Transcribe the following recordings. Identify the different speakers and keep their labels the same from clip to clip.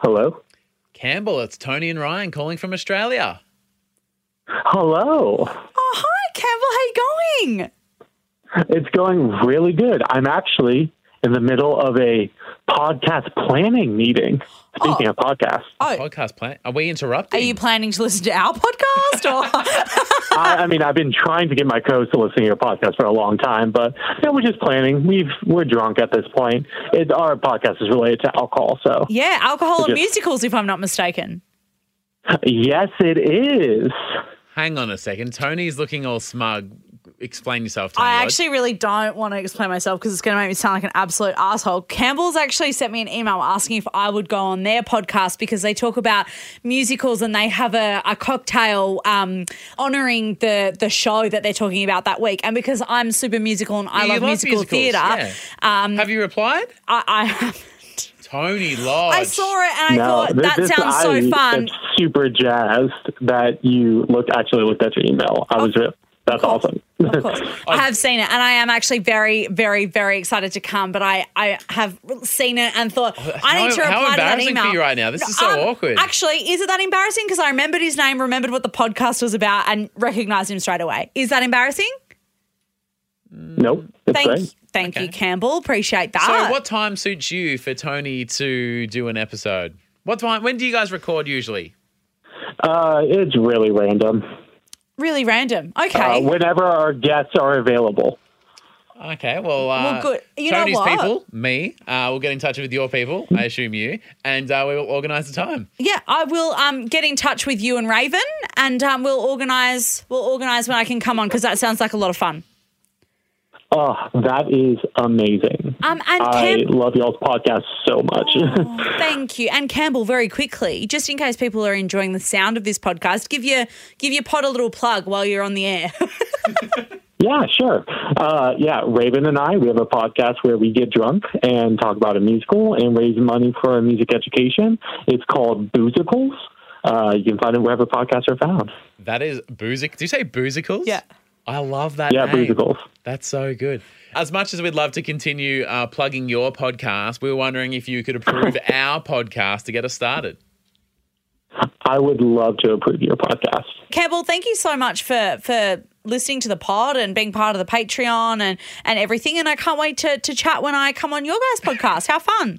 Speaker 1: Hello.
Speaker 2: Campbell, it's Tony and Ryan calling from Australia.
Speaker 1: Hello.
Speaker 3: Oh, hi, Campbell. How you going?
Speaker 1: It's going really good. I'm actually in the middle of a podcast planning meeting. Speaking of podcasts,
Speaker 3: Oh,
Speaker 2: Podcast plan. Are we interrupting?
Speaker 3: are you planning to listen to our podcast? Or
Speaker 1: I, I mean, I've been trying to get my co to listen to your podcast for a long time, but you know, we're just planning. We've we're drunk at this point. It, our podcast is related to alcohol, so
Speaker 3: yeah, alcohol and
Speaker 1: Just-
Speaker 3: musicals, if I'm not mistaken.
Speaker 1: yes, it is.
Speaker 2: Hang on a second. Tony's looking all smug. Explain yourself, Tony.
Speaker 3: I
Speaker 2: Lloyd.
Speaker 3: actually really don't want to explain myself because it's going to make me sound like an absolute asshole. Campbell's actually sent me an email asking if I would go on their podcast because they talk about musicals and they have a, a cocktail um, honoring the the show that they're talking about that week. And because I'm super musical and I
Speaker 2: You
Speaker 3: love,
Speaker 2: love
Speaker 3: musical
Speaker 2: musicals,
Speaker 3: theatre,
Speaker 2: yeah.
Speaker 3: um,
Speaker 2: Have you replied?
Speaker 3: I, I
Speaker 2: Tony Lodge.
Speaker 3: I saw it and I
Speaker 1: no,
Speaker 3: thought
Speaker 1: this,
Speaker 3: that
Speaker 1: this-
Speaker 3: sounds
Speaker 1: I
Speaker 3: so fun.
Speaker 1: am super jazzed that you looked actually looked at your email.
Speaker 3: Oh.
Speaker 1: I was real. That's awesome.
Speaker 3: Of course. I have seen it and I am actually very, very, very excited to come, but I, I have seen it and thought, I need to
Speaker 2: Oh, how
Speaker 3: reply to that
Speaker 2: embarrassing for
Speaker 3: email. um,
Speaker 2: you right now. This is so awkward.
Speaker 3: Actually, is it that embarrassing? Because I remembered his name, remembered what the podcast was about, and recognized him straight away. Is that embarrassing?
Speaker 1: nope, it's
Speaker 3: Thank,
Speaker 1: great.
Speaker 3: thank you, Campbell. Appreciate that.
Speaker 2: so, what time suits you for Tony to do an episode? What time? When do you guys record usually?
Speaker 1: Uh, it's really random.
Speaker 3: Really random.
Speaker 1: Uh,
Speaker 3: Okay.
Speaker 1: whenever our guests are available.
Speaker 2: Okay, well, uh,
Speaker 3: Well, good. You know
Speaker 2: Tony's
Speaker 3: what?
Speaker 2: people, me, uh, we'll get in touch with your people. I assume you, and uh, we will organise the time.
Speaker 3: yeah, I will um, get in touch with you and Raven, and um, we'll organize. We'll organize when I can come on because that sounds like a lot of fun.
Speaker 1: Oh, that is amazing.
Speaker 3: Um, and
Speaker 1: I
Speaker 3: Cam-
Speaker 1: love y'all's podcast so much.
Speaker 3: Thank you. And Campbell, very quickly, just in case people are enjoying the sound of this podcast, give your give your pod a little plug while you're on the air.
Speaker 1: yeah, sure. Uh, yeah, Raven and I, we have a podcast where we get drunk and talk about a musical and raise money for music education. It's called Boozicles. Uh, you can find it wherever podcasts are found.
Speaker 2: That is boozic. Do you say boozicles?
Speaker 3: Yeah.
Speaker 2: I love that.
Speaker 1: Yeah,
Speaker 2: name.
Speaker 1: Boozicles.
Speaker 2: That's so good. As much as we'd love to continue uh, plugging your podcast, we were wondering if you could approve our podcast to get us started.
Speaker 1: I would love to approve your podcast.
Speaker 3: Campbell, thank you so much for for listening to the pod and being part of the Patreon and and everything. And I can't wait to to chat when I come on your guys' podcast. How fun!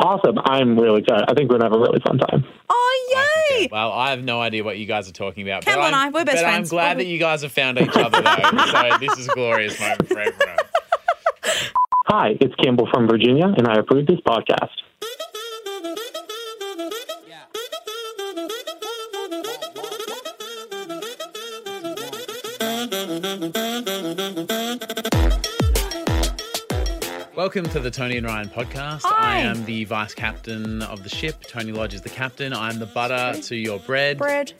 Speaker 1: Awesome. I'm really excited. I think we're going to have a really fun time.
Speaker 3: Oh yay!
Speaker 2: Well, I have no idea what you guys are talking about.
Speaker 3: Campbell and
Speaker 2: I'm-
Speaker 3: I, we're best
Speaker 2: but I'm
Speaker 3: friends.
Speaker 2: glad that you guys have found each other, though. so this is a glorious moment for everyone.
Speaker 1: Hi, it's Campbell from Virginia, and I approve this podcast.
Speaker 2: Welcome to the Tony and Ryan podcast.
Speaker 3: Hi.
Speaker 2: I am the vice captain of the ship. Tony Lodge is the captain. I'm the butter to your bread.
Speaker 3: Bread.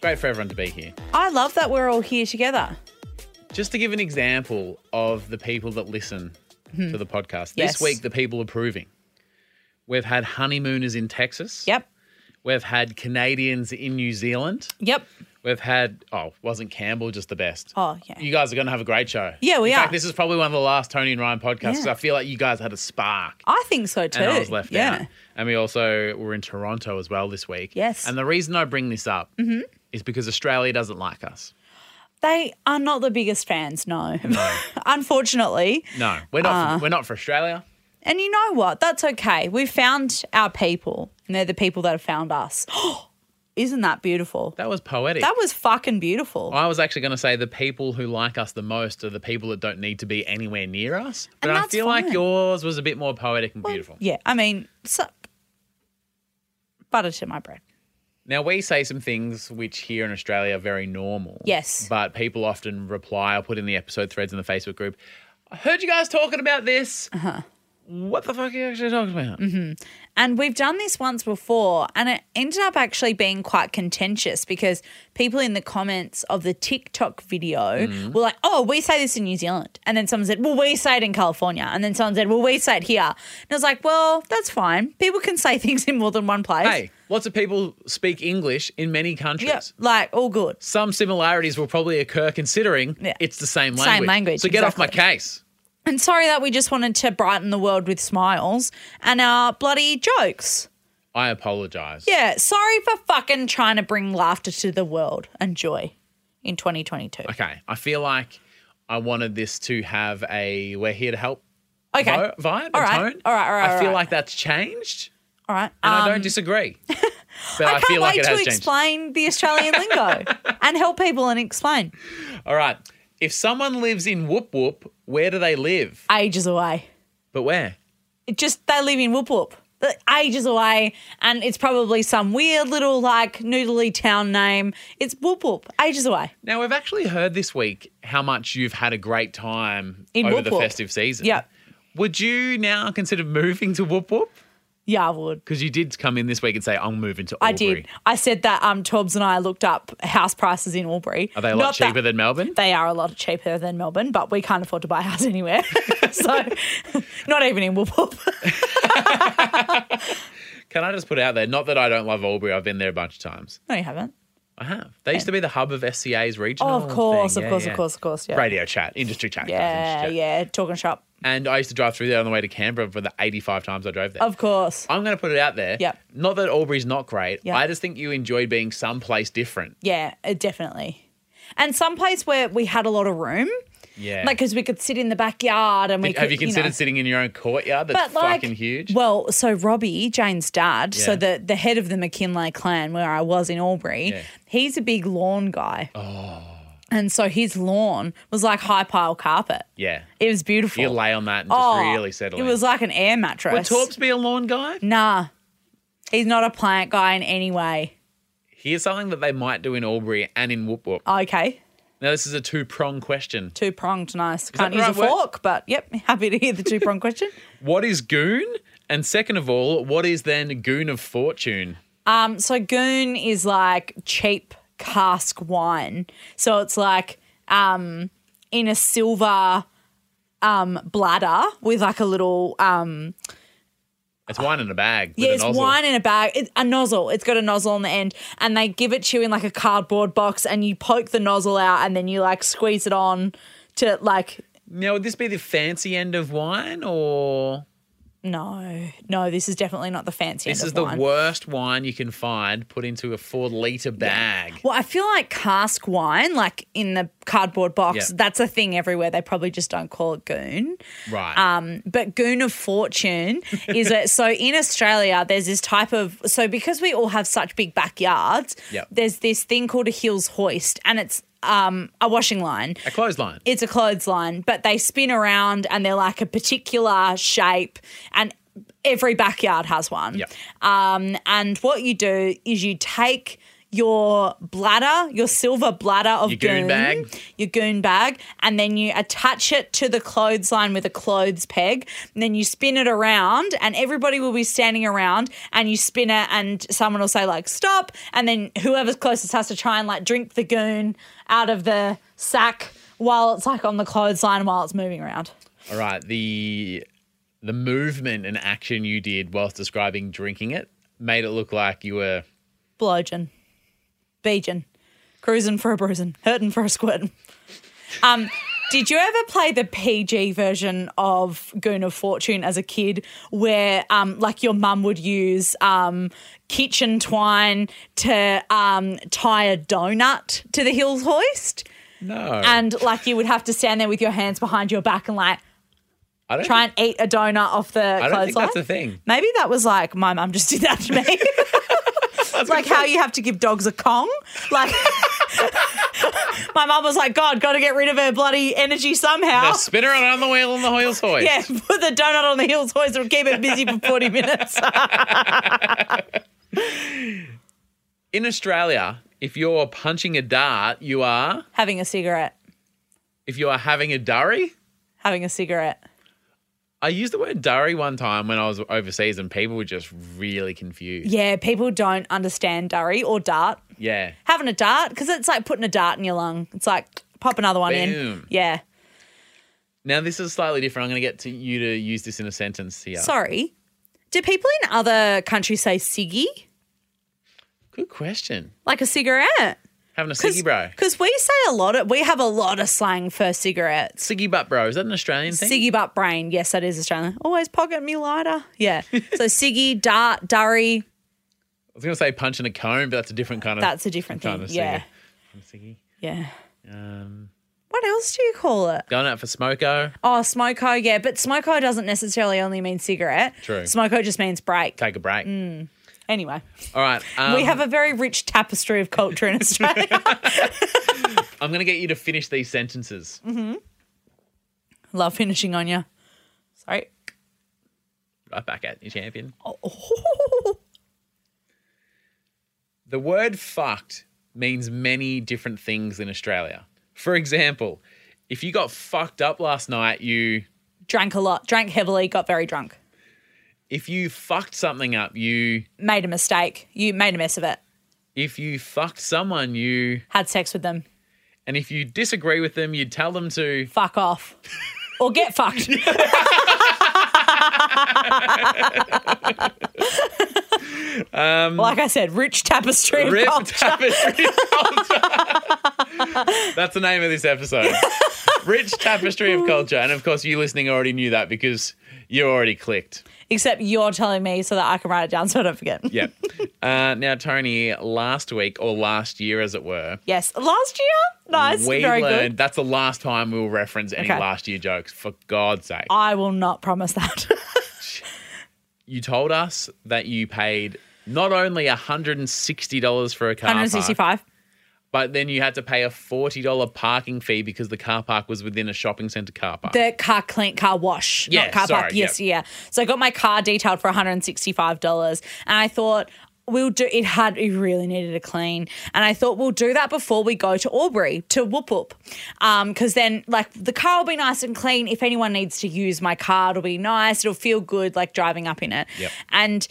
Speaker 2: Great for everyone to be here.
Speaker 3: I love that we're all here together.
Speaker 2: Just to give an example of the people that listen to the podcast,
Speaker 3: Hmm. Yes.
Speaker 2: this week the people approving. We've had honeymooners in Texas.
Speaker 3: Yep.
Speaker 2: We've had Canadians in New Zealand.
Speaker 3: Yep.
Speaker 2: We've had, oh, wasn't Campbell just the best?
Speaker 3: Oh yeah.
Speaker 2: You guys are going to have a great show.
Speaker 3: Yeah, we
Speaker 2: in
Speaker 3: are.
Speaker 2: fact, this is probably one of the last Tony and Ryan podcasts 'cause
Speaker 3: Yeah.
Speaker 2: I feel like you guys had a spark.
Speaker 3: I think so too.
Speaker 2: and I was left
Speaker 3: yeah.
Speaker 2: out. And we also were in Toronto as well this week.
Speaker 3: Yes. Mm-hmm.
Speaker 2: And the reason I bring this up is because Australia doesn't like us.
Speaker 3: They are not the biggest fans, no. Unfortunately.
Speaker 2: No, we're not.
Speaker 3: Uh.
Speaker 2: for, we're not for Australia.
Speaker 3: And you know what? That's okay. We've found our people, and they're the people that have found us. Isn't that beautiful?
Speaker 2: That was poetic.
Speaker 3: That was fucking beautiful.
Speaker 2: I was actually going to say the people who like us the most are the people that don't need to be anywhere near us. But
Speaker 3: And
Speaker 2: I
Speaker 3: that's
Speaker 2: feel like
Speaker 3: fine.
Speaker 2: yours was a bit more poetic and beautiful.
Speaker 3: Yeah, I mean, so, butter to my bread.
Speaker 2: Now, we say some things which here in Australia are very normal.
Speaker 3: Yes.
Speaker 2: But people often reply or put in the episode threads in the Facebook group. I heard you guys talking about this. Uh-huh. What the fuck are you actually talking about?
Speaker 3: Mm-hmm. And we've done this once before, and it ended up actually being quite contentious because people in the comments of the TikTok video
Speaker 2: Mm.
Speaker 3: were like, oh, we say this in New Zealand. And then someone said, well, we say it in California. And then someone said, well, we say it here. And I was like, well, that's fine. People can say things in more than one place.
Speaker 2: Hey, lots of people speak English in many countries.
Speaker 3: Yeah, like all good.
Speaker 2: Some similarities will probably occur considering
Speaker 3: Yeah.
Speaker 2: it's the same
Speaker 3: Same
Speaker 2: language.
Speaker 3: language,
Speaker 2: So get off
Speaker 3: exactly.
Speaker 2: my case.
Speaker 3: And sorry that we just wanted to brighten the world with smiles and our bloody jokes.
Speaker 2: I apologize.
Speaker 3: Yeah, sorry for fucking trying to bring laughter to the world and joy in 2022. Okay,
Speaker 2: Okay. I feel like I wanted this to have a we're here to help vo- vibe and
Speaker 3: All right.
Speaker 2: tone.
Speaker 3: All right, all right,
Speaker 2: I
Speaker 3: all
Speaker 2: feel
Speaker 3: right.
Speaker 2: like that's changed,
Speaker 3: all right.
Speaker 2: and I
Speaker 3: Um,
Speaker 2: don't disagree. But
Speaker 3: I
Speaker 2: I,
Speaker 3: can't
Speaker 2: feel like
Speaker 3: wait
Speaker 2: it has
Speaker 3: to
Speaker 2: changed.
Speaker 3: explain the Australian lingo and help people and explain.
Speaker 2: All right. If someone lives in Whoop Whoop, where do they live?
Speaker 3: Ages away.
Speaker 2: But where?
Speaker 3: It just they live in Whoop Whoop. They're Ages away, and it's probably some weird little like noodly town name. It's Whoop Whoop. Ages away.
Speaker 2: Now, we've actually heard this week how much you've had a great time
Speaker 3: In
Speaker 2: over
Speaker 3: Whoop
Speaker 2: the
Speaker 3: Whoop.
Speaker 2: festive season.
Speaker 3: Yep.
Speaker 2: Would you now consider moving to Whoop Whoop?
Speaker 3: Yeah, I would.
Speaker 2: Because you did come in this week and say, I'll move into
Speaker 3: I
Speaker 2: Albury.
Speaker 3: did. I said that um, Torbs and I looked up house prices in Albury.
Speaker 2: Are they a lot
Speaker 3: Not that-
Speaker 2: cheaper than Melbourne?
Speaker 3: They are a lot cheaper than Melbourne, but we can't afford to buy a house anywhere. so, not even in Whoop Whoop.
Speaker 2: Can I just put out there, not that I don't love Albury, I've been there a bunch of times.
Speaker 3: No, you haven't.
Speaker 2: I have. They used to be the hub of SCA's regional.
Speaker 3: Oh, of course,
Speaker 2: thing.
Speaker 3: of
Speaker 2: Yeah,
Speaker 3: course,
Speaker 2: yeah.
Speaker 3: of course, of course. Yeah.
Speaker 2: Radio chat, industry chat. guys,
Speaker 3: Yeah,
Speaker 2: industry chat.
Speaker 3: yeah. Talking shop.
Speaker 2: And I used to drive through there on the way to Canberra for the 85 times I drove there.
Speaker 3: Of course.
Speaker 2: I'm going to put it out there.
Speaker 3: Yep.
Speaker 2: Not that Albury's not great.
Speaker 3: Yeah.
Speaker 2: I just think you enjoyed being someplace different.
Speaker 3: Yeah, uh, definitely. And some place where we had a lot of room,
Speaker 2: Yeah.
Speaker 3: like because we could sit in the backyard and we
Speaker 2: Have
Speaker 3: could,
Speaker 2: you considered
Speaker 3: know.
Speaker 2: sitting in your own courtyard? That's
Speaker 3: But like,
Speaker 2: fucking huge.
Speaker 3: well, so Robbie, Jane's dad, so
Speaker 2: Yeah.
Speaker 3: the, the head of the McKinley clan where I was in Albury,
Speaker 2: Yeah.
Speaker 3: he's a big lawn guy. Oh. And so his lawn was like high pile carpet.
Speaker 2: yeah.
Speaker 3: It was beautiful.
Speaker 2: You lay on that and just really settle
Speaker 3: Oh, It
Speaker 2: in.
Speaker 3: was like an air mattress.
Speaker 2: Would Torps be a lawn guy?
Speaker 3: Nah, he's not a plant guy in any way.
Speaker 2: Here's something that they might do in Albury and in Whoop Whoop.
Speaker 3: Okay,
Speaker 2: Now, this is a two prong question.
Speaker 3: two pronged, nice. Can't
Speaker 2: the
Speaker 3: use
Speaker 2: right
Speaker 3: a
Speaker 2: word?
Speaker 3: fork, but yep, happy to hear the two pronged question.
Speaker 2: What is Goon? And second of all, what is then Goon of Fortune?
Speaker 3: Um, so goon is like cheap cask wine. So it's like um in a silver um bladder with like a little um
Speaker 2: It's wine in a bag. With
Speaker 3: yeah,
Speaker 2: a
Speaker 3: it's
Speaker 2: nozzle.
Speaker 3: wine in a bag, it, a nozzle. It's got a nozzle on the end, and they give it to you in like a cardboard box, and you poke the nozzle out, and then you like squeeze it on to like
Speaker 2: Now, would this be the fancy end of wine or
Speaker 3: no, no, this is definitely not the fancy.
Speaker 2: this
Speaker 3: end
Speaker 2: is
Speaker 3: of
Speaker 2: the
Speaker 3: wine.
Speaker 2: worst wine you can find put into a four litre bag?
Speaker 3: Well, I feel like cask wine, like in the cardboard box,
Speaker 2: Yeah.
Speaker 3: that's a thing everywhere. They probably just don't call it goon.
Speaker 2: Right.
Speaker 3: Um, but goon of fortune is a, so in Australia, there's this type of so because we all have such big backyards,
Speaker 2: Yep.
Speaker 3: there's this thing called a hills hoist, and it's um, a washing line.
Speaker 2: a clothesline.
Speaker 3: It's a clothesline, but they spin around and they're like a particular shape and every backyard has one.
Speaker 2: Yep.
Speaker 3: Um, and what you do is you take your bladder, your silver bladder of
Speaker 2: Your goon bag.
Speaker 3: your goon bag, and then you attach it to the clothesline with a clothes peg. And then you spin it around, and everybody will be standing around, and you spin it, and someone will say like stop, and then whoever's closest has to try and like drink the goon out of the sack while it's like on the clothesline while it's moving around.
Speaker 2: All right, the the movement and action you did whilst describing drinking it made it look like you were
Speaker 3: blowjin, beejin, cruising for a bruising, hurting for a squirtin. Um, did you ever play the PG version of Goon of Fortune as a kid, where um, like your mum would use um, kitchen twine to um, tie a donut to the hills hoist,
Speaker 2: no.
Speaker 3: and like you would have to stand there with your hands behind your back and like
Speaker 2: I don't
Speaker 3: try
Speaker 2: think,
Speaker 3: and eat a donut off the
Speaker 2: I don't think
Speaker 3: clothesline?
Speaker 2: that's a thing.
Speaker 3: Maybe that was like my mum just did that to me. like how you have to give dogs a Kong. Like my mum was like, God, gotta get rid of her bloody energy somehow.
Speaker 2: The spinner and on the wheel on the wheel's hoist.
Speaker 3: Oh. yeah, put the donut on the heels hoist and keep it busy for 40 minutes.
Speaker 2: In Australia, if you're punching a dart, you are
Speaker 3: having a cigarette.
Speaker 2: if you are having a durry.
Speaker 3: Having a cigarette.
Speaker 2: I used the word durry one time when I was overseas and people were just really confused.
Speaker 3: Yeah, people don't understand durry or dart.
Speaker 2: Yeah.
Speaker 3: Having a dart, because it's like putting a dart in your lung. It's like pop another one in.
Speaker 2: Boom.
Speaker 3: Yeah.
Speaker 2: Now this is slightly different. I'm going to get to you to use this in a sentence here.
Speaker 3: Sorry. Do people in other countries say ciggy?
Speaker 2: Good question.
Speaker 3: Like a cigarette?
Speaker 2: Having a ciggy bro.
Speaker 3: Because we say a lot of, we have a lot of slang for cigarettes.
Speaker 2: Ciggy butt bro. Is that an Australian thing?
Speaker 3: Ciggy butt brain. Yes, that is Australian. Always pocket me lighter. Yeah. so ciggy, dart, durry,
Speaker 2: was going to say punch in a cone, but that's a different kind of.
Speaker 3: That's a different
Speaker 2: kind
Speaker 3: thing.
Speaker 2: of
Speaker 3: Yeah.
Speaker 2: singer. Kind of singy.
Speaker 3: Yeah.
Speaker 2: Um,
Speaker 3: What else do you call it?
Speaker 2: going out for smoko.
Speaker 3: Oh, smoko, yeah. But smoko doesn't necessarily only mean cigarette.
Speaker 2: True.
Speaker 3: Smoko just means break.
Speaker 2: Take a break.
Speaker 3: Anyway,
Speaker 2: All right. Um,
Speaker 3: Mm. we have a very rich tapestry of culture in Australia.
Speaker 2: I'm going to get you to finish these sentences.
Speaker 3: Mm-hmm. Love finishing on you. Sorry.
Speaker 2: Right back at you, champion.
Speaker 3: Oh.
Speaker 2: The word fucked means many different things in Australia. For example, if you got fucked up last night, you
Speaker 3: Drank a lot, drank heavily, got very drunk.
Speaker 2: if you fucked something up, you
Speaker 3: Made a mistake. You made a mess of it.
Speaker 2: if you fucked someone, you
Speaker 3: Had sex with them.
Speaker 2: and if you disagree with them, you'd tell them to
Speaker 3: Fuck off. or get fucked. like I said, rich tapestry of
Speaker 2: rip
Speaker 3: culture.
Speaker 2: tapestry. of Culture. That's the name of this episode. Rich tapestry of culture, and of course, you listening already knew that because you already clicked.
Speaker 3: Except you're telling me so that I can write it down so I don't forget.
Speaker 2: Yeah. Uh, now, Tony, last week or last year, as it were,
Speaker 3: Yes. Last year? Nice.
Speaker 2: we
Speaker 3: Very
Speaker 2: learned
Speaker 3: good.
Speaker 2: that's the last time we'll reference any
Speaker 3: Okay.
Speaker 2: last year jokes. For God's sake,
Speaker 3: I will not promise that.
Speaker 2: you told us that you paid not only hundred and sixty dollars for a car park,
Speaker 3: 165.
Speaker 2: but then you had to pay a forty dollar parking fee because the car park was within a shopping centre car park.
Speaker 3: The car clean car wash.
Speaker 2: Yeah,
Speaker 3: not car
Speaker 2: sorry,
Speaker 3: park.
Speaker 2: yeah.
Speaker 3: Yes, yeah. So I got my car detailed for $165. And I thought we'll do it had it really needed a clean. And I thought we'll do that before we go to Aubrey to Whoop Whoop. Um, because then like the car will be nice and clean. If anyone needs to use my car, it'll be nice. It'll feel good like driving up in it.
Speaker 2: Yep.
Speaker 3: And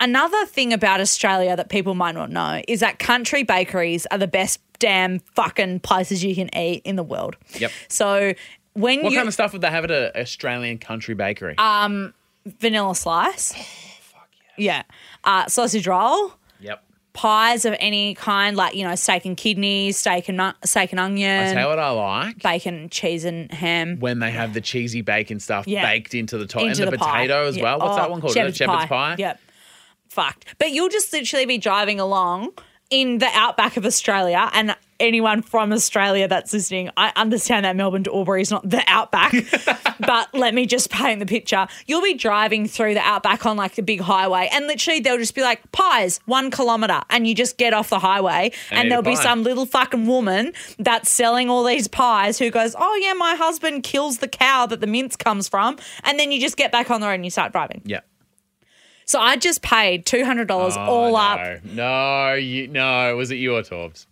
Speaker 3: Another thing about Australia that people might not know is that country bakeries are the best damn fucking places you can eat in the world.
Speaker 2: Yep.
Speaker 3: So when
Speaker 2: what
Speaker 3: you Uh,
Speaker 2: kind of stuff would they have at an Australian country bakery?
Speaker 3: vanilla slice,
Speaker 2: Oh,
Speaker 3: yeah, Uh, sausage roll,
Speaker 2: yep.
Speaker 3: pies of any kind, like you know steak and kidneys, steak and nu- steak and
Speaker 2: I tell you
Speaker 3: onion,
Speaker 2: what I like.
Speaker 3: bacon, cheese and ham.
Speaker 2: when they have the cheesy bacon stuff
Speaker 3: Yeah.
Speaker 2: baked into the top
Speaker 3: into
Speaker 2: and the,
Speaker 3: pie.
Speaker 2: potato as
Speaker 3: Yeah.
Speaker 2: well. What's
Speaker 3: Oh,
Speaker 2: that one called? Is it Shepherd's pie.
Speaker 3: Yep. Fucked. But you'll just literally be driving along in the outback of Australia and anyone from Australia that's listening, I understand that Melbourne to Albury is not the outback, but let me just paint the picture. You'll be driving through the outback on like the big highway and literally they'll just be like pies, 1 kilometer and you just get off the highway
Speaker 2: And
Speaker 3: and,
Speaker 2: eat a
Speaker 3: there'll be
Speaker 2: pie.
Speaker 3: some little fucking woman that's selling all these pies who goes, "Oh yeah, my husband kills the cow that the mince comes from," and then you just get back on the road and you start driving.
Speaker 2: Yeah.
Speaker 3: So I just paid two hundred dollars
Speaker 2: Oh,
Speaker 3: all
Speaker 2: no.
Speaker 3: up,
Speaker 2: No, you no, was it you or Torbs?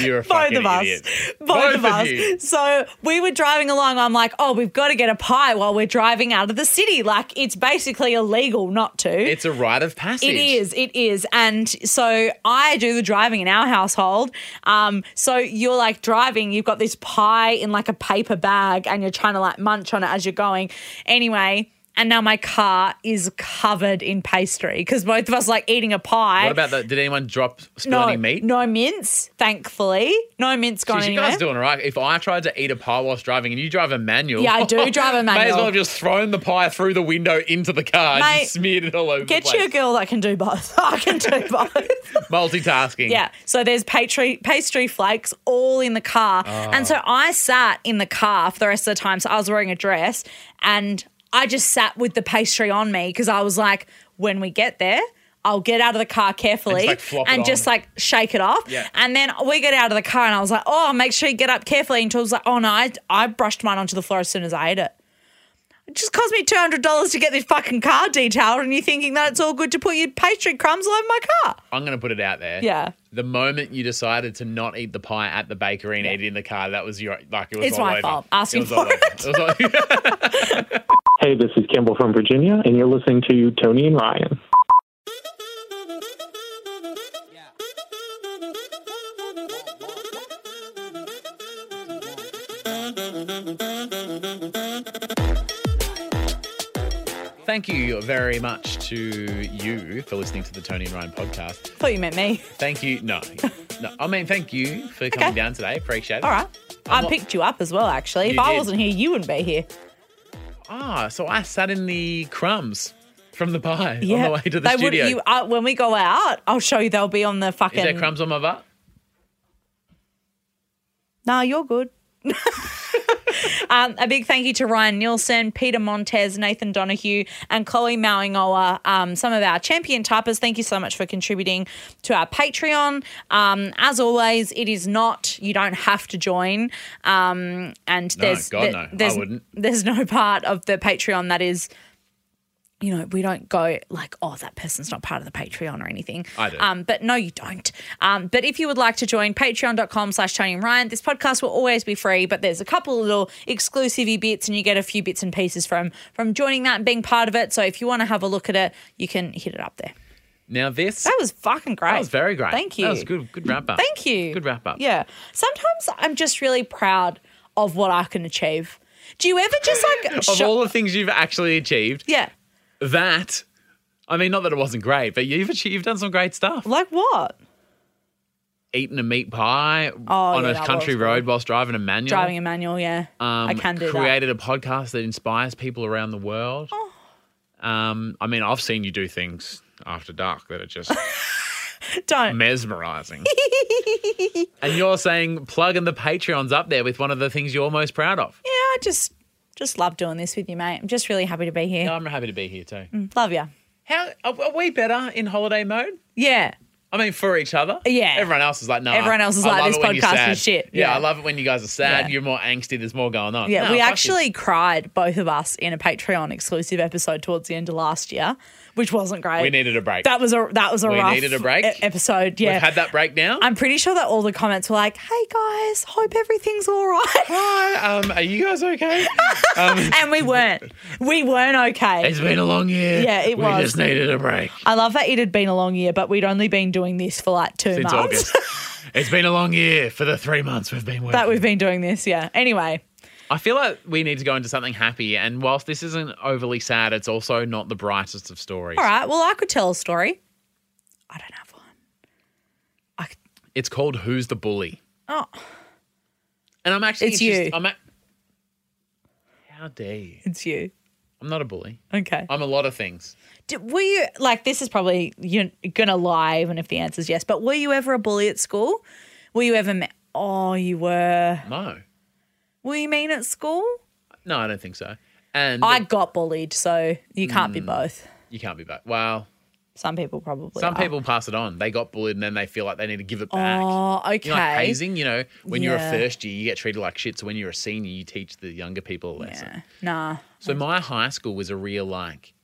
Speaker 2: You're a
Speaker 3: both
Speaker 2: fucking
Speaker 3: of us,
Speaker 2: idiot.
Speaker 3: both,
Speaker 2: Both
Speaker 3: of
Speaker 2: of
Speaker 3: us.
Speaker 2: you.
Speaker 3: So we were driving along. I'm like, "Oh, we've got to get a pie while we're driving out of the city. Like it's basically illegal not to."
Speaker 2: It's a rite of passage.
Speaker 3: It is. It is. And so I do the driving in our household. Um, so you're like driving, you've got this pie in like a paper bag and you're trying to like munch on it as you're going. Anyway, and now my car is covered in pastry because both of us are, like eating a pie.
Speaker 2: What about that? Did anyone drop spill
Speaker 3: no,
Speaker 2: any meat?
Speaker 3: No mince, thankfully. No mince gone
Speaker 2: Jeez, you
Speaker 3: anywhere.
Speaker 2: guys doing all right. If I tried to eat a pie whilst driving and you drive a manual,
Speaker 3: Yeah, I do drive a
Speaker 2: May as
Speaker 3: manual.
Speaker 2: well have just thrown the pie through the window into the car and
Speaker 3: Mate,
Speaker 2: just smeared it all over
Speaker 3: Get
Speaker 2: the
Speaker 3: you a
Speaker 2: place.
Speaker 3: girl that can do both. I can do both.
Speaker 2: Multitasking.
Speaker 3: Yeah. So there's pastry pastry flakes all in the car. And so I sat in the car for the rest of the time. So I was wearing a dress and I just sat with the pastry on me because I was like, when we get there, I'll get out of the car carefully
Speaker 2: like, flop it
Speaker 3: and just
Speaker 2: on.
Speaker 3: like shake it off.
Speaker 2: Yeah.
Speaker 3: And then we get out of the car and I was like, oh, make sure you get up carefully. And Torb's like, oh no, I, I brushed mine onto the floor as soon as I ate it. It just cost me $200 to get this fucking car detailed and you're thinking that it's all good to put your pastry crumbs all over my car.
Speaker 2: I'm going to put it out there.
Speaker 3: Yeah.
Speaker 2: The moment you decided to not eat the pie at the bakery and eat it in the car, that was your like it was
Speaker 3: It's
Speaker 2: all
Speaker 3: my
Speaker 2: over.
Speaker 3: fault. Asking
Speaker 2: it was all
Speaker 3: for
Speaker 2: over.
Speaker 3: it.
Speaker 2: was all-
Speaker 1: Hey, this is Kimball from Virginia, and you're listening to Tony and Ryan.
Speaker 2: Thank you very much to you for listening to the Tony and Ryan podcast.
Speaker 3: Thought you meant me.
Speaker 2: Thank you. No, no. I mean, thank you for coming
Speaker 3: Okay.
Speaker 2: down today. Appreciate it.
Speaker 3: All right. I
Speaker 2: what-
Speaker 3: picked you up as well, actually.
Speaker 2: You
Speaker 3: if I
Speaker 2: did.
Speaker 3: wasn't here, you wouldn't be here.
Speaker 2: Ah, so I sat in the crumbs. from the pie on the way to the
Speaker 3: they
Speaker 2: studio.
Speaker 3: Would, you, uh, when we go out, I'll show you they'll be on the
Speaker 2: Is there
Speaker 3: fucking.
Speaker 2: crumbs on my butt?
Speaker 3: No, you're good. um, a big thank you to Ryan Nielsen, Peter Montez, Nathan Donahue, and Chloe Mauingoa, um, some of our champion typers. Thank you so much for contributing to our Patreon. Um, as always, it is not, you don't have to join. Um, and there's,
Speaker 2: God, no. I
Speaker 3: there's,
Speaker 2: wouldn't.
Speaker 3: There's no part of the Patreon that is. You know, we don't go like, oh, that person's not part of the Patreon or anything.
Speaker 2: I do.
Speaker 3: Um, but no, you don't. Um, but if you would like to join, patreon.com slash Tony and Ryan. This podcast will always be free, but there's a couple of little exclusive bits and you get a few bits and pieces from from joining that and being part of it. So if you want to have a look at it, you can hit it up there.
Speaker 2: Now this
Speaker 3: That was fucking great.
Speaker 2: that was very great.
Speaker 3: Oh, Thank you.
Speaker 2: That was a good. Good wrap up.
Speaker 3: Thank you.
Speaker 2: Good wrap up.
Speaker 3: Yeah. Sometimes I'm just really proud of what I can achieve. Do you ever just like
Speaker 2: Of
Speaker 3: sho-
Speaker 2: all the things you've actually achieved,
Speaker 3: Yeah.
Speaker 2: that I mean, not that it wasn't great, but you've achieved, you've done some great stuff.
Speaker 3: Like what?
Speaker 2: Eating a meat pie on
Speaker 3: Oh, yeah,
Speaker 2: a
Speaker 3: that
Speaker 2: country
Speaker 3: was
Speaker 2: road whilst driving a manual.
Speaker 3: Driving a manual, yeah.
Speaker 2: Um,
Speaker 3: I can do that. Oh.
Speaker 2: created a podcast that inspires people around the world. Um, I mean, I've seen you do things after dark that are just
Speaker 3: Don't.
Speaker 2: mesmerizing. and you're saying plugging the Patreons up there with one of the things you're most proud of.
Speaker 3: Yeah, I just just love doing this with you, mate. I'm just really happy to be here.
Speaker 2: I'm happy to be here too.
Speaker 3: Love you.
Speaker 2: How are, are we better in holiday mode?
Speaker 3: Yeah.
Speaker 2: I mean, for each other.
Speaker 3: Yeah.
Speaker 2: Everyone else is like, no.
Speaker 3: Everyone else is like, this podcast is shit.
Speaker 2: Yeah.
Speaker 3: Yeah.
Speaker 2: I love it when you guys are sad.
Speaker 3: Yeah.
Speaker 2: You're more angsty. There's more going on.
Speaker 3: Yeah,
Speaker 2: No,
Speaker 3: we
Speaker 2: fuck
Speaker 3: actually cried, both of us, in a Patreon exclusive episode towards the end of last year, which wasn't great.
Speaker 2: it. We needed a break.
Speaker 3: that was a that was a
Speaker 2: We
Speaker 3: rough
Speaker 2: needed a break.
Speaker 3: e- episode.
Speaker 2: We've
Speaker 3: Yeah,
Speaker 2: had that break now.
Speaker 3: I'm pretty sure that all the comments were like, "Hey guys, hope everything's all right,"
Speaker 2: Hi, um, are you guys okay? Um,
Speaker 3: and we weren't. We weren't okay.
Speaker 2: it's been a long year.
Speaker 3: Yeah, it
Speaker 2: we
Speaker 3: was.
Speaker 2: We just needed a break
Speaker 3: I love that it had been a long year, but we'd only been doing this for like two
Speaker 2: since
Speaker 3: months.
Speaker 2: August. it's been a long year for the three months we've been working.
Speaker 3: that we've been doing this. Yeah. Anyway,
Speaker 2: I feel like we need to go into something happy. And whilst this isn't overly sad, it's also not the brightest of stories.
Speaker 3: all right. Well, I could tell a story. I don't have one. I could,
Speaker 2: It's called Who's the Bully?
Speaker 3: oh,
Speaker 2: And I'm actually.
Speaker 3: It's
Speaker 2: interest-
Speaker 3: you.
Speaker 2: I'm a- How dare you?
Speaker 3: it's you.
Speaker 2: I'm not a bully.
Speaker 3: Okay.
Speaker 2: I'm a lot of things.
Speaker 3: D were you like this is probably you're gonna lie even if the answer's yes but were you ever a bully at school were you ever me- oh you were
Speaker 2: No.
Speaker 3: were you mean at school
Speaker 2: No, I don't think so. And
Speaker 3: i got bullied so you can't
Speaker 2: Hmm.
Speaker 3: be both
Speaker 2: you can't be back. Well,
Speaker 3: some people probably
Speaker 2: some
Speaker 3: are.
Speaker 2: people pass it on. They got bullied and then they feel like they need to give it back.
Speaker 3: oh okay
Speaker 2: You know, like hazing, you know, when you're a
Speaker 3: Yeah.
Speaker 2: first year, you get treated like shit. So when you're a senior, you teach the younger people a lesson.
Speaker 3: yeah. nah
Speaker 2: So my high school was a real like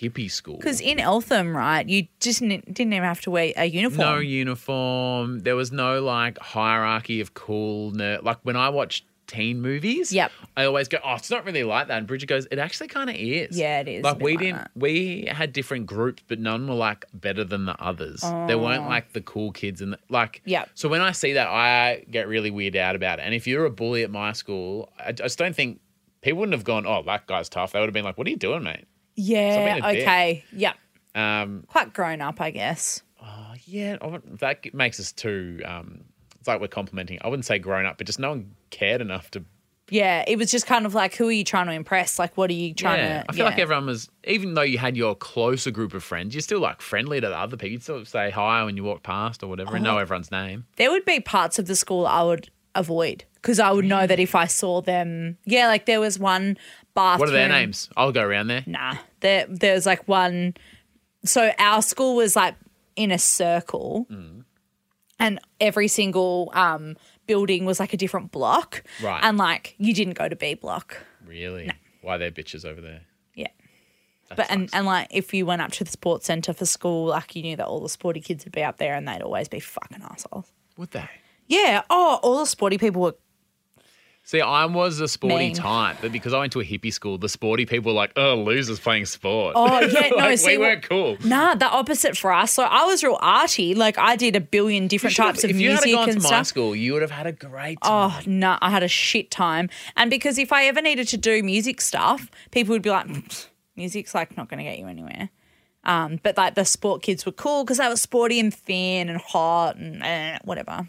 Speaker 2: hippie school.
Speaker 3: because in eltham right you just n- didn't even have to wear a uniform
Speaker 2: No uniform. There was no like hierarchy of cool nerd. Like when I watch teen movies,
Speaker 3: Yep.
Speaker 2: I always go, oh, it's not really like that. And Bridget goes, it actually kind of is.
Speaker 3: Yeah, it is a
Speaker 2: Like
Speaker 3: bit
Speaker 2: we
Speaker 3: like
Speaker 2: didn't,
Speaker 3: that.
Speaker 2: we had different groups, but none were like better than the others. They weren't like the cool kids and the, like.
Speaker 3: Yep.
Speaker 2: So when I see that, I get really weirded out about it. And if you're a bully at my school, I I just don't think people wouldn't have gone, oh, that guy's tough. They would have been like, what are you doing, mate?
Speaker 3: yeah
Speaker 2: Something a dick.
Speaker 3: okay yep
Speaker 2: Um,
Speaker 3: quite grown up i guess
Speaker 2: Yeah, I wouldn't- that makes us too. Um, it's like we're complimenting. I wouldn't say grown up, but just no one cared enough to.
Speaker 3: yeah it was just kind of like who are you trying to impress like what are you trying
Speaker 2: yeah,
Speaker 3: to
Speaker 2: I feel like
Speaker 3: yeah.
Speaker 2: everyone was, even though you had your closer group of friends, you're still like friendly to the other people. You'd still say hi when you walk past or whatever, and
Speaker 3: Oh.
Speaker 2: know everyone's name.
Speaker 3: there would be parts of the school I would avoid because I would know that if I saw them, yeah, like there was one bathroom.
Speaker 2: What are their names? I'll go around there.
Speaker 3: Nah, there there was like one. So our school was like in a circle,
Speaker 2: Mm.
Speaker 3: and every single um, building was like a different block,
Speaker 2: Right.
Speaker 3: And like you didn't go to B block,
Speaker 2: Really? Why they're bitches over there?
Speaker 3: yeah. but and, and like if you went up to the sports center for school, like you knew that all the sporty kids would be up there, and they'd always be fucking assholes.
Speaker 2: Would they?
Speaker 3: Yeah. Oh, all the sporty people were
Speaker 2: See, I was a sporty
Speaker 3: Mean.
Speaker 2: type, but because I went to a hippie school, the sporty people were like, oh, losers playing sport.
Speaker 3: Oh yeah, no,
Speaker 2: Like,
Speaker 3: see,
Speaker 2: we
Speaker 3: well-
Speaker 2: weren't cool.
Speaker 3: Nah, the opposite for us. So I was real arty. Like I did a billion different
Speaker 2: Should have-
Speaker 3: types of
Speaker 2: if you
Speaker 3: music
Speaker 2: had gone
Speaker 3: and
Speaker 2: to my
Speaker 3: stuff.
Speaker 2: school, you would have had a great time.
Speaker 3: Oh no, I had a shit time. And because if I ever needed to do music stuff, people would be like, "Pfft, "Music's like not going to get you anywhere." Um, but like the sport kids were cool because they were sporty and thin and hot and eh, whatever.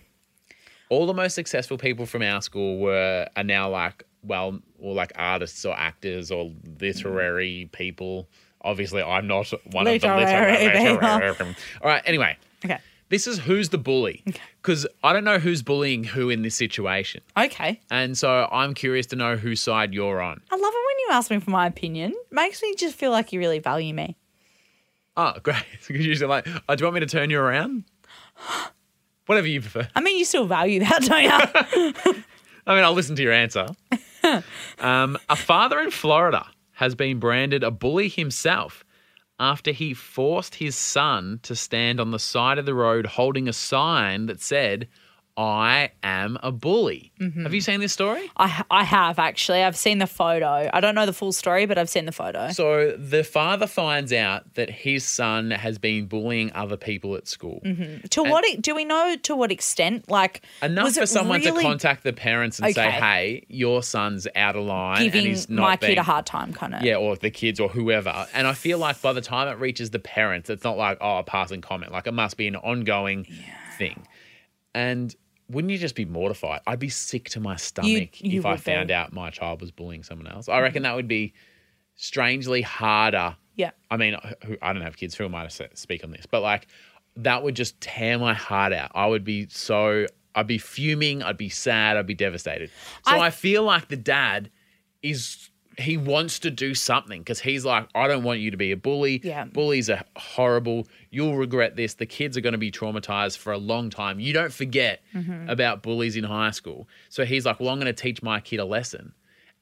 Speaker 2: all the most successful people from our school were are now like well or like artists or actors or literary people Obviously, I'm not one
Speaker 3: Literary
Speaker 2: of them. All right. Anyway,
Speaker 3: Okay.
Speaker 2: this is who's the bully because I don't know who's bullying who in this situation,
Speaker 3: Okay.
Speaker 2: and so I'm curious to know whose side you're on.
Speaker 3: I love it when you ask me for my opinion. Makes me just feel like you really value me.
Speaker 2: Oh, great. Because you're like, oh, do you want me to turn you around? Whatever you prefer.
Speaker 3: I mean, you still value that, don't you?
Speaker 2: I mean, I'll listen to your answer. um, a father in Florida has been branded a bully himself after he forced his son to stand on the side of the road holding a sign that said, I am a bully.
Speaker 3: Mm-hmm.
Speaker 2: Have you seen this story?
Speaker 3: I, I have actually. I've seen the photo. I don't know the full story, but I've seen the photo.
Speaker 2: So the father finds out that his son has been bullying other people at school.
Speaker 3: To what e- do we know? To what extent? Like,
Speaker 2: Enough
Speaker 3: was
Speaker 2: for
Speaker 3: it
Speaker 2: someone
Speaker 3: really
Speaker 2: to contact the parents and say,
Speaker 3: Okay.
Speaker 2: hey, your son's out of line and
Speaker 3: giving
Speaker 2: he's not
Speaker 3: my
Speaker 2: being
Speaker 3: kid a hard time, kind of.
Speaker 2: Yeah, or the kids or whoever. And I feel like by the time it reaches the parents, it's not like, oh, a passing comment. Like it must be an ongoing thing. And wouldn't you just be mortified? I'd be sick to my stomach
Speaker 3: you
Speaker 2: if I
Speaker 3: would be. Mm-hmm.
Speaker 2: found out my child was bullying someone else. I reckon that would be strangely harder.
Speaker 3: Yeah.
Speaker 2: I mean, who- I don't have kids. Who am I to se- speak on this? But like, that would just tear my heart out. I would be so, I'd be fuming. I'd be sad. I'd be devastated. So
Speaker 3: I-
Speaker 2: I feel like the dad is he wants to do something because he's like, I don't want you to be a bully.
Speaker 3: Yeah.
Speaker 2: Bullies are horrible. You'll regret this. The kids are going to be traumatized for a long time. You don't forget
Speaker 3: Mm-hmm.
Speaker 2: about bullies in high school. So he's like, Well, I'm going to teach my kid a lesson.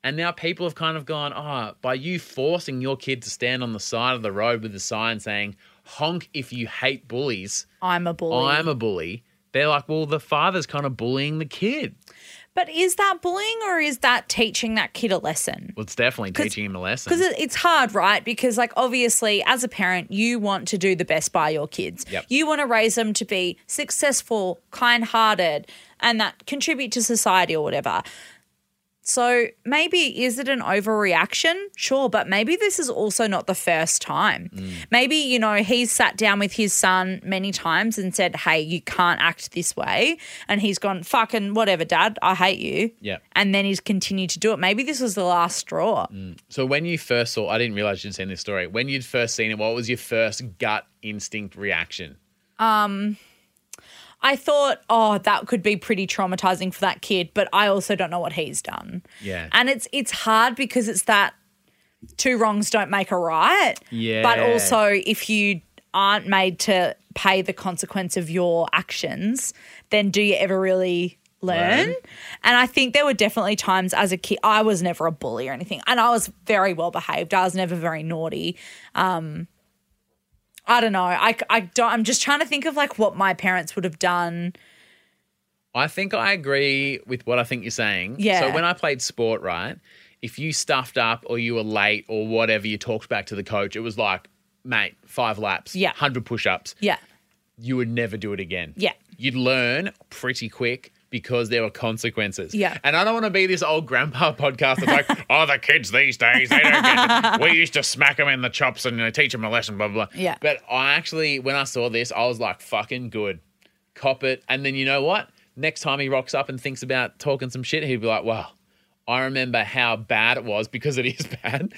Speaker 2: And now people have kind of gone, Oh, by you forcing your kid to stand on the side of the road with a sign saying, honk if you hate bullies,
Speaker 3: I'm a bully.
Speaker 2: I'm a bully. They're like, Well, the father's kind of bullying the kid.
Speaker 3: but is that bullying or is that teaching that kid a lesson?
Speaker 2: Well, it's definitely teaching him a lesson.
Speaker 3: Because it's hard, right? Because, like, obviously, as a parent, you want to do the best by your kids.
Speaker 2: Yep.
Speaker 3: You want to raise them to be successful, kind hearted, and that contribute to society or whatever. So maybe is it an overreaction? Sure, but maybe this is also not the first time.
Speaker 2: Mm.
Speaker 3: Maybe, you know, he's sat down with his son many times and said, Hey, you can't act this way. And he's gone, fucking whatever, dad, I hate you.
Speaker 2: Yep.
Speaker 3: And then he's continued to do it. Maybe this was the last straw.
Speaker 2: So when you first saw, I didn't realize you'd seen this story. When you'd first seen it, what was your first gut instinct reaction?
Speaker 3: I thought, oh, that could be pretty traumatizing for that kid, but I also don't know what he's done.
Speaker 2: Yeah.
Speaker 3: And it's it's hard because it's that two wrongs don't make a right.
Speaker 2: Yeah.
Speaker 3: But also if you aren't made to pay the consequence of your actions, then do you ever really learn?
Speaker 2: Learn.
Speaker 3: And I think there were definitely times as a kid I was never a bully or anything. And I was very well behaved. I was never very naughty. Um I don't know. I, I don't, I'm just trying to think of like what my parents would have done.
Speaker 2: I think I agree with what I think you're saying.
Speaker 3: Yeah.
Speaker 2: So when I played sport, right? If you stuffed up or you were late or whatever, you talked back to the coach, it was like, mate, five laps,
Speaker 3: Yeah.
Speaker 2: 100 push ups.
Speaker 3: Yeah.
Speaker 2: you would never do it again.
Speaker 3: Yeah.
Speaker 2: You'd learn pretty quick because there were consequences.
Speaker 3: Yeah.
Speaker 2: And I don't want to be this old grandpa podcast that's like, oh, the kids these days, they don't get it. We used to smack them in the chops and you know, teach them a lesson, blah, blah, blah.
Speaker 3: Yeah.
Speaker 2: But I actually, when I saw this, I was like, fucking good. Cop it. And then you know what? Next time he rocks up and thinks about talking some shit, he'd be like, wow. I remember how bad it was because it is bad.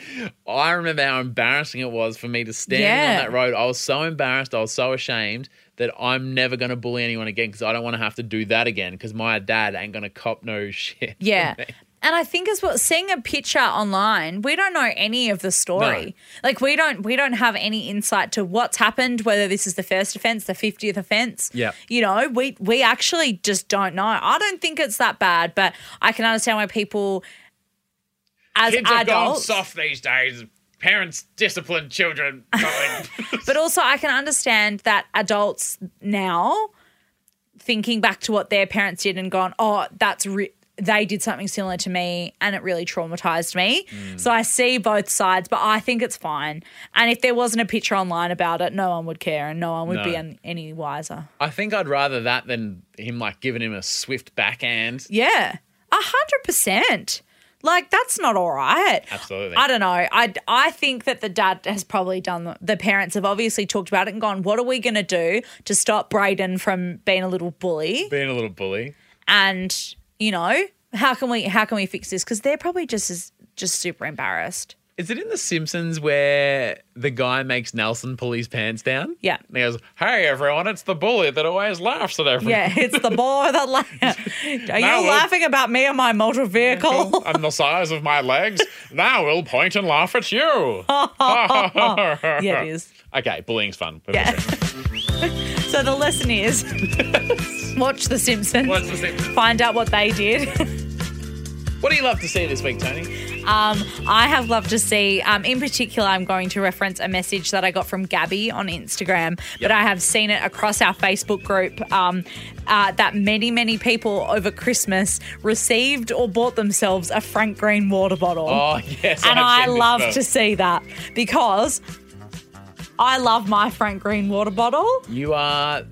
Speaker 2: I remember how embarrassing it was for me to stand
Speaker 3: Yeah.
Speaker 2: on that road. I was so embarrassed. I was so ashamed that I'm never going to bully anyone again because I don't want to have to do that again because my dad ain't going to cop no shit.
Speaker 3: Yeah. And I think as well, seeing a picture online, we don't know any of the story.
Speaker 2: No.
Speaker 3: Like we don't we don't have any insight to what's happened, whether this is the first offense, the fiftieth offense.
Speaker 2: Yeah.
Speaker 3: You know, we we actually just don't know. I don't think it's that bad, but I can understand why people as
Speaker 2: Kids have gone
Speaker 3: adults
Speaker 2: soft these days. Parents discipline children.
Speaker 3: But also, I can understand that adults now thinking back to what their parents did and gone, oh, that's re- they did something similar to me and it really traumatized me. So I see both sides, but I think it's fine. And if there wasn't a picture online about it, no one would care and no one would be
Speaker 2: No.
Speaker 3: an- any wiser.
Speaker 2: I think I'd rather that than him like giving him a swift backhand.
Speaker 3: Yeah, a hundred percent. Like that's not all right.
Speaker 2: Absolutely.
Speaker 3: I don't know. I I think that the dad has probably done the, the parents have obviously talked about it and gone, what are we going to do to stop Braden from being a little bully?
Speaker 2: Being a little bully.
Speaker 3: And you know, how can we how can we fix this? Because they're probably just as just super embarrassed.
Speaker 2: Is it in The Simpsons where the guy makes Nelson pull his pants down?
Speaker 3: Yeah.
Speaker 2: And he goes, Hey, everyone, it's the bully that always laughs at everyone.
Speaker 3: Yeah, it's the boy that laughs. Are
Speaker 2: Now
Speaker 3: you
Speaker 2: we'll-
Speaker 3: laughing about me and my motor vehicle?
Speaker 2: and the size of my legs. Now we'll point and laugh at you.
Speaker 3: Oh. yeah, it is.
Speaker 2: Okay, bullying's fun.
Speaker 3: Yeah. so the lesson is watch The Simpsons.
Speaker 2: Watch The Simpsons.
Speaker 3: Find out what they did.
Speaker 2: What do you love to see this week, Tony?
Speaker 3: Um, I have loved to see. Um, in particular, I'm going to reference a message that I got from Gabby on Instagram, but I have seen it across our Facebook group um, uh, that many, many people over Christmas received or bought themselves a Frank Green water bottle.
Speaker 2: Oh, yes.
Speaker 3: and I
Speaker 2: I've seen this
Speaker 3: love
Speaker 2: first.
Speaker 3: to see that because I love my Frank Green water bottle.
Speaker 2: You are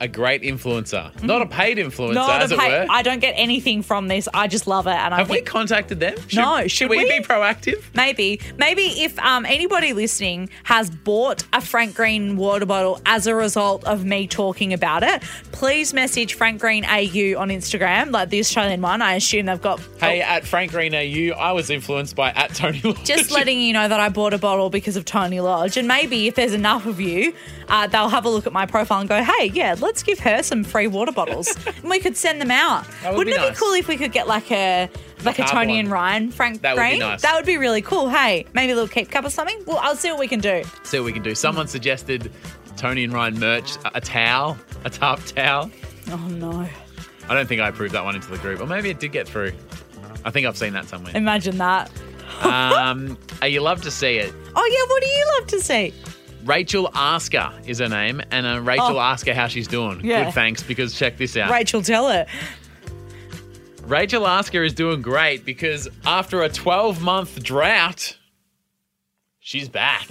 Speaker 2: a great influencer. Not a paid influencer,
Speaker 3: Not
Speaker 2: as
Speaker 3: a
Speaker 2: it
Speaker 3: pa-
Speaker 2: were.
Speaker 3: I don't get anything from this. I just love it, and I
Speaker 2: Have we
Speaker 3: think
Speaker 2: contacted them? Should,
Speaker 3: No, should
Speaker 2: should we,
Speaker 3: we?
Speaker 2: be proactive?
Speaker 3: Maybe, maybe if um, anybody listening has bought a Frank Green water bottle as a result of me talking about it, please message Frank Green AU on Instagram, like the Australian one. I assume they've got.
Speaker 2: Hey, at Frank Green AU, I was influenced by at Tony Lodge.
Speaker 3: Just letting you know that I bought a bottle because of Tony Lodge, and maybe if there's enough of you, uh, they'll have a look at my profile and go, "Hey, yeah, let's give her some free water bottles, and we could send them out."
Speaker 2: That would
Speaker 3: Wouldn't
Speaker 2: be
Speaker 3: it
Speaker 2: nice.
Speaker 3: be cool if we could get like a like a
Speaker 2: card
Speaker 3: Tony
Speaker 2: one.
Speaker 3: and Ryan Frank
Speaker 2: That would be
Speaker 3: Green?
Speaker 2: nice.
Speaker 3: That would be really cool. Hey, maybe a little keep cup or something. Well, I'll see what we can do.
Speaker 2: See what we can do. Someone suggested Tony and Ryan merch, a, a towel, a tarp towel.
Speaker 3: Oh no.
Speaker 2: I don't think I approved that one into the group, or maybe it did get through. I think I've seen that somewhere.
Speaker 3: Imagine that.
Speaker 2: um, uh, you love to see it.
Speaker 3: Oh yeah, what do you love to see?
Speaker 2: Rachel Asker is her name, and uh, Rachel
Speaker 3: Oh.
Speaker 2: Asker how she's doing.
Speaker 3: Yeah.
Speaker 2: Good, thanks. Because check this out.
Speaker 3: Rachel tell it.
Speaker 2: Rachel Asker is doing great because after a 12 month drought, she's back.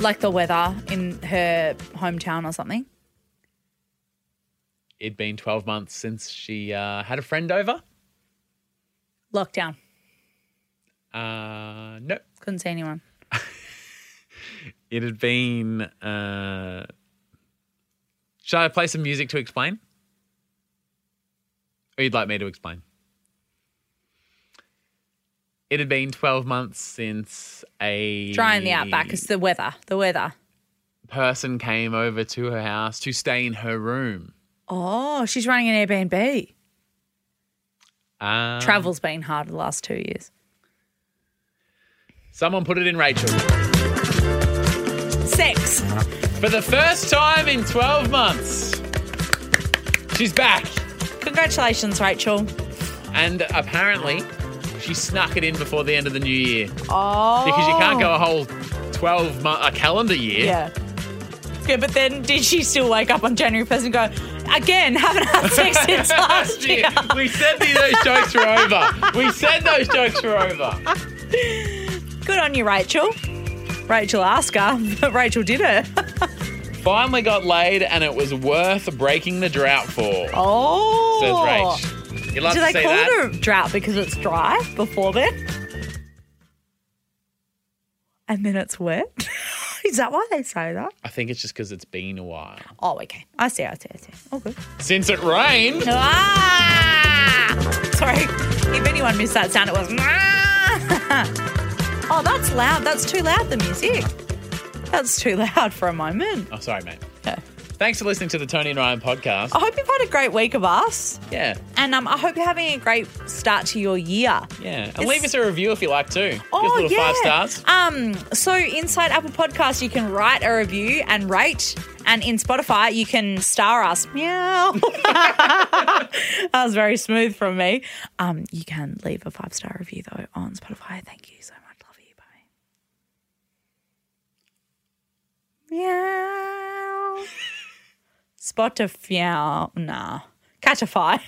Speaker 3: Like the weather in her hometown or something.
Speaker 2: It'd been 12 months since she uh, had a friend over.
Speaker 3: Lockdown.
Speaker 2: Uh, no,
Speaker 3: Couldn't see anyone.
Speaker 2: it had been. Uh... Shall I play some music to explain? Or you'd like me to explain? It had been 12 months since a.
Speaker 3: Dry in the outback. It's the weather. The weather.
Speaker 2: Person came over to her house to stay in her room.
Speaker 3: Oh, she's running an Airbnb.
Speaker 2: Um,
Speaker 3: Travel's been hard the last two years.
Speaker 2: Someone put it in Rachel.
Speaker 3: Sex.
Speaker 2: For the first time in 12 months, she's back.
Speaker 3: Congratulations, Rachel.
Speaker 2: And apparently, she snuck it in before the end of the new year because
Speaker 3: Oh.
Speaker 2: you can't go a whole 12 month, a calendar year.
Speaker 3: Yeah. Yeah, but then did she still wake up on January 1st and go, again, haven't had sex since last
Speaker 2: Gee,
Speaker 3: year?
Speaker 2: we said the- those jokes were over. We said those jokes were over.
Speaker 3: Good on you, Rachel. Rachel Asker. But Rachel did it.
Speaker 2: Finally got laid, and it was worth breaking the drought for.
Speaker 3: Oh.
Speaker 2: Says Rach. You love
Speaker 3: Do
Speaker 2: to
Speaker 3: they
Speaker 2: see
Speaker 3: call
Speaker 2: that.
Speaker 3: it a drought because it's dry before then? And then it's wet? Is that why they say that?
Speaker 2: I think it's just because it's been a while
Speaker 3: Oh, okay. I see, I see, I see. All good.
Speaker 2: since it rained.
Speaker 3: Ah! Sorry. If anyone missed that sound, it was. "Ah." oh, that's loud. That's too loud, the music. That's too loud for a moment.
Speaker 2: Oh, sorry, mate.
Speaker 3: Yeah. Oh.
Speaker 2: Thanks for listening to the Tony and Ryan podcast.
Speaker 3: I hope you've had a great week of us.
Speaker 2: Yeah,
Speaker 3: And um, I hope you're having a great start to your year.
Speaker 2: yeah. And
Speaker 3: It's-
Speaker 2: leave us a review if you like too. Give us a
Speaker 3: Oh,
Speaker 2: little
Speaker 3: yeah.
Speaker 2: five stars.
Speaker 3: Um, so inside Apple Podcasts, you can write a review and rate. And in Spotify, you can star us. Meow. that was very smooth from me. Um, you can leave a five star review, though, on Spotify. Thank you so much. Love you. Bye. Meow. Spotify. Nah. Catchify.